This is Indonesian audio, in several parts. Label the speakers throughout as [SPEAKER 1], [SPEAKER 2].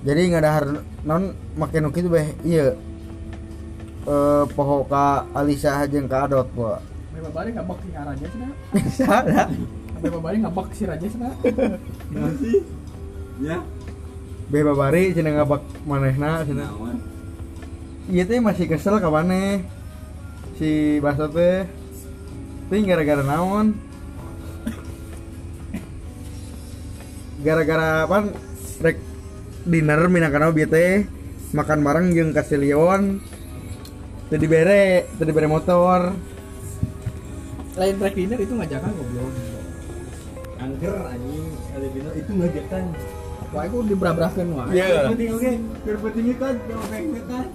[SPEAKER 1] jadi nggak ada non makin nuki tuh beh iya eh poho ka Alisa jeung ka Adot po
[SPEAKER 2] Beba bari ngabek si Raja cenah.
[SPEAKER 1] bisa ada
[SPEAKER 2] Beba bari ngabek si Raja cenah.
[SPEAKER 3] Masih. Ya.
[SPEAKER 1] beh babari cenah ngabak manehna cenah
[SPEAKER 3] Naon?
[SPEAKER 1] ieu teh masih kesel ka maneh si Baso teh teh gara-gara naon gara-gara apa rek dinner minangkano bieu teh makan bareng jeung kasilion jadi bere jadi bere motor
[SPEAKER 2] Lain track dinner itu ngajakan goblok.
[SPEAKER 3] Angger anjing Elevino itu ngagetan.
[SPEAKER 2] Wah, aku dibrabrakeun wae.
[SPEAKER 3] Keur penting oke, keur penting itu kan, keur penting itu kan.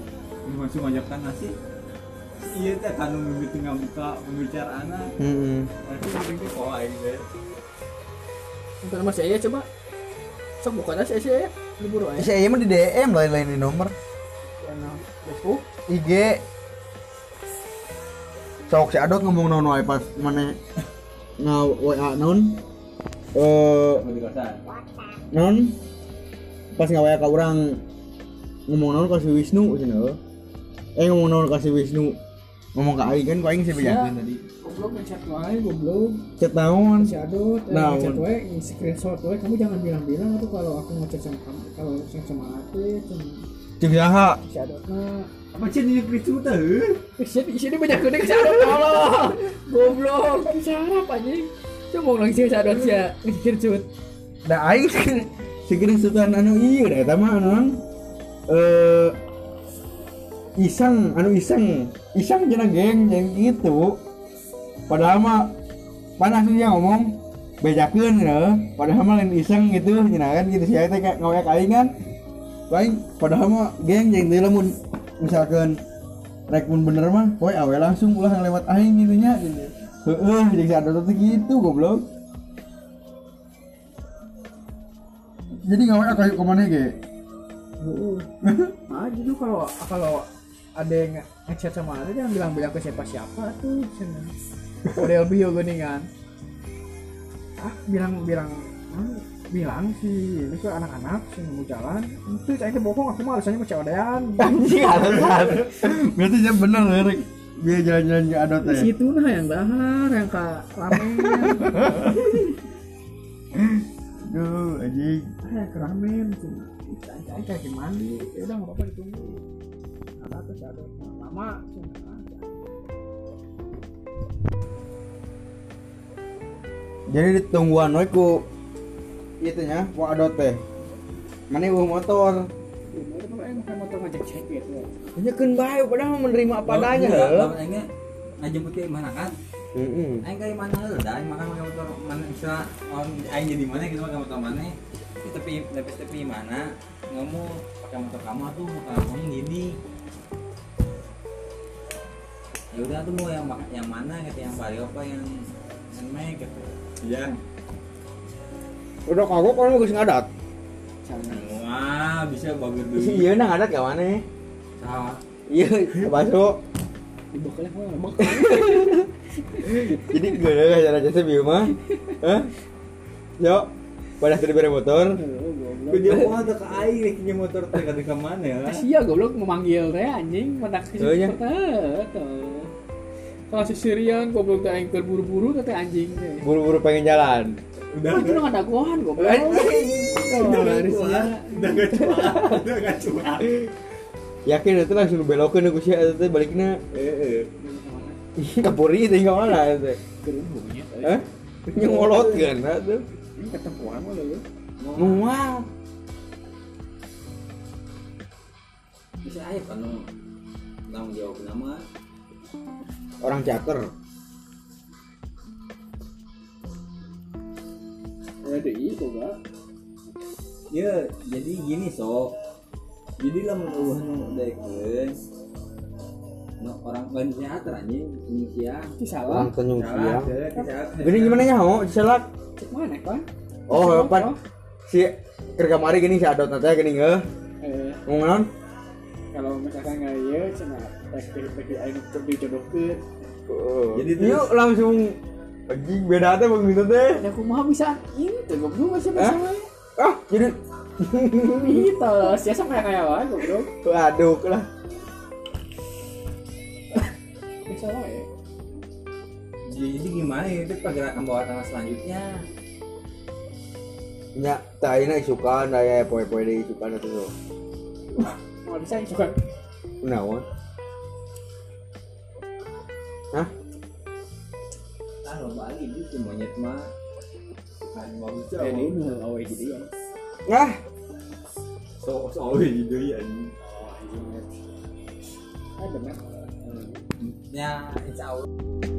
[SPEAKER 3] Ini masuk ngajakan nasi. Iya teh kanu mimiti ngabuka pembicaraan.
[SPEAKER 1] Hmm.
[SPEAKER 3] Tapi penting teh poa aing teh.
[SPEAKER 2] Entar masih aya coba. Sok buka dah si Aya. Libur wae.
[SPEAKER 1] Si Aya mah di DM lain-lain di nomor
[SPEAKER 2] Karena Facebook.
[SPEAKER 1] IG Cok si Adot ngomong naon wae pas mana nga WA naon eh
[SPEAKER 3] Mau di kosan.
[SPEAKER 1] naon pas nga WA ka urang ngomong naon ka si Wisnu cenah eueuh. eh ngomong naon ka si Wisnu ngomong ka Aing kan ku aing sih
[SPEAKER 2] Ya.
[SPEAKER 1] bejakeun tadi
[SPEAKER 2] Goblok ngechat wae goblok.
[SPEAKER 1] cet naon
[SPEAKER 2] Si Adut, eh,
[SPEAKER 1] Nah,
[SPEAKER 2] ngechat
[SPEAKER 1] Mun.
[SPEAKER 2] wae, screenshot wae. Kamu jangan bilang-bilang tuh kalau aku ngechat sama kamu. Kalau ngechat sama aku, ya.
[SPEAKER 1] jeung saha
[SPEAKER 2] si Adut mah
[SPEAKER 3] Apa cin ini kericu teh? heuh?
[SPEAKER 2] Isinya isinya banyak gede ke sana tolong. Goblok, sarap anjing. Cuma mau nangis sadar sia mikir ya. cut.
[SPEAKER 1] da aing sih sih sukan anu ieu da eta mah anu naon eh iseng anu iseng iseng jeung geng jeung gitu padahal mah panas dia ngomong bejakeun ya padahal mah lain iseng gitu cenah kan gitu sih eta kayak ngawek aing kan aing padahal mah geng jeung teu lamun misalkeun rek mun bener mah poe awe langsung ulah lewat aing gitu nya gitu. Heeh, jeung si Adot teh gitu goblok. jadi ngawek kayu kemana ge
[SPEAKER 2] Nah, jadi kalau kalau ada yang nge- ngechat sama ada jangan bilang-bilang ke siapa-siapa tuh. sana. Model bio gini kan. Ah, bilang-bilang ah, bilang sih ini ke anak-anak sih mau jalan itu saya bohong aku mah alasannya mau cewadean
[SPEAKER 1] anjing alasan berarti dia bener lirik dia jalan-jalan ke adot ya
[SPEAKER 2] di situ nah yang dahar yang ke ramen
[SPEAKER 1] aduh anjing
[SPEAKER 2] kayak keramen cai kayak mandi ya udah nggak apa-apa ditunggu ada terus ada lama ah, ya.
[SPEAKER 1] jadi ditungguan we ku itu nya mau adot teh mana bawa motor
[SPEAKER 2] itu kan yang pakai motor ngajak cek gitu
[SPEAKER 1] hanya kan baik padahal menerima apa adanya kan?
[SPEAKER 3] Enggak,
[SPEAKER 1] heuh.
[SPEAKER 3] lamun aingnya ngajemput ke mana kan?
[SPEAKER 1] iya. Mm-mm.
[SPEAKER 3] Aing kayak mana lah, aing makan pakai motor mana istilah on aing jadi mana gitu pakai motor mana? Di tepi tepi tepi mana? Ngomong pakai motor kamu tuh motor kamu gini. Ya udah tuh mau yang mak- yang mana gitu yang vario apa yang yang Mac gitu. Iya.
[SPEAKER 1] udah kagok orang geus ngadat
[SPEAKER 3] Wah bisa bagus dulu.
[SPEAKER 1] iya nah ngadat ka mana
[SPEAKER 3] Sah.
[SPEAKER 1] iya baso
[SPEAKER 2] dibekelnya kok lembek
[SPEAKER 1] jadi gue udah cara jasa bieu mah Hah? ah. Eh? yuk pada sudah bere motor
[SPEAKER 2] ya,
[SPEAKER 3] Dia mau ada ke air, kayaknya motor teh kada ke mana ya?
[SPEAKER 2] Sia goblok memanggil teh anjing mendak ke
[SPEAKER 1] Oh, iya.
[SPEAKER 2] Kalau sesirian goblok teh aing keur buru-buru teh anjing teh.
[SPEAKER 1] buru-buru pengen jalan
[SPEAKER 3] Udah.
[SPEAKER 2] Itu mah dagoan goblok.
[SPEAKER 1] Eh,
[SPEAKER 2] Udah
[SPEAKER 3] Udah gak kuat, udah gak cuat, udah gak cuat.
[SPEAKER 1] yakin itu langsung belokin aku sih itu teh baliknya
[SPEAKER 3] Eh, eh.
[SPEAKER 1] kapuri itu yang mana itu eh nyolot kan itu
[SPEAKER 2] Ini ketemuan mah lu.
[SPEAKER 1] mual
[SPEAKER 3] bisa aja kan lu tanggung jawab nama
[SPEAKER 1] orang caker
[SPEAKER 2] Ada i kok gak?
[SPEAKER 3] ya jadi gini sok jadi lah menurut anu, nu deken no, Nah, orang lain sehat anjing Indonesia
[SPEAKER 2] Ki salah.
[SPEAKER 1] orang tenyung
[SPEAKER 3] salah
[SPEAKER 1] siang
[SPEAKER 3] ke sehat
[SPEAKER 1] gini gimana ya mau selak
[SPEAKER 2] Cek mana kan?
[SPEAKER 1] oh apa si kerja mari gini si adot nanti gini nggak
[SPEAKER 2] Eh,
[SPEAKER 1] ngomong naon?
[SPEAKER 2] kalau misalkan nggak ya cina teknik teknik aing untuk dijodoh ke
[SPEAKER 3] Jadi
[SPEAKER 1] jadi
[SPEAKER 3] terus-
[SPEAKER 1] yuk langsung anjing beda teh bang itu teh
[SPEAKER 2] ada kumaha bisa ini tuh gue belum masih
[SPEAKER 1] Hah?
[SPEAKER 2] bisa
[SPEAKER 1] ah jadi
[SPEAKER 2] gitu loh sih sama kayak kayak wae bro
[SPEAKER 1] Waduh lah.
[SPEAKER 2] bisa wae
[SPEAKER 3] jadi gimana ya itu pergerakan bawah tanah selanjutnya
[SPEAKER 1] Nya, tak ini isukan, daya poe-poe di isukan itu tuh.
[SPEAKER 2] mau bisa juga
[SPEAKER 1] Naon? Hah?
[SPEAKER 3] ah lo balik gitu monyet mah kan mau
[SPEAKER 2] jadi ini awe jadi ya
[SPEAKER 1] Nah,
[SPEAKER 3] so so gitu ya ini
[SPEAKER 2] ada mah 嗯
[SPEAKER 3] ya insya Allah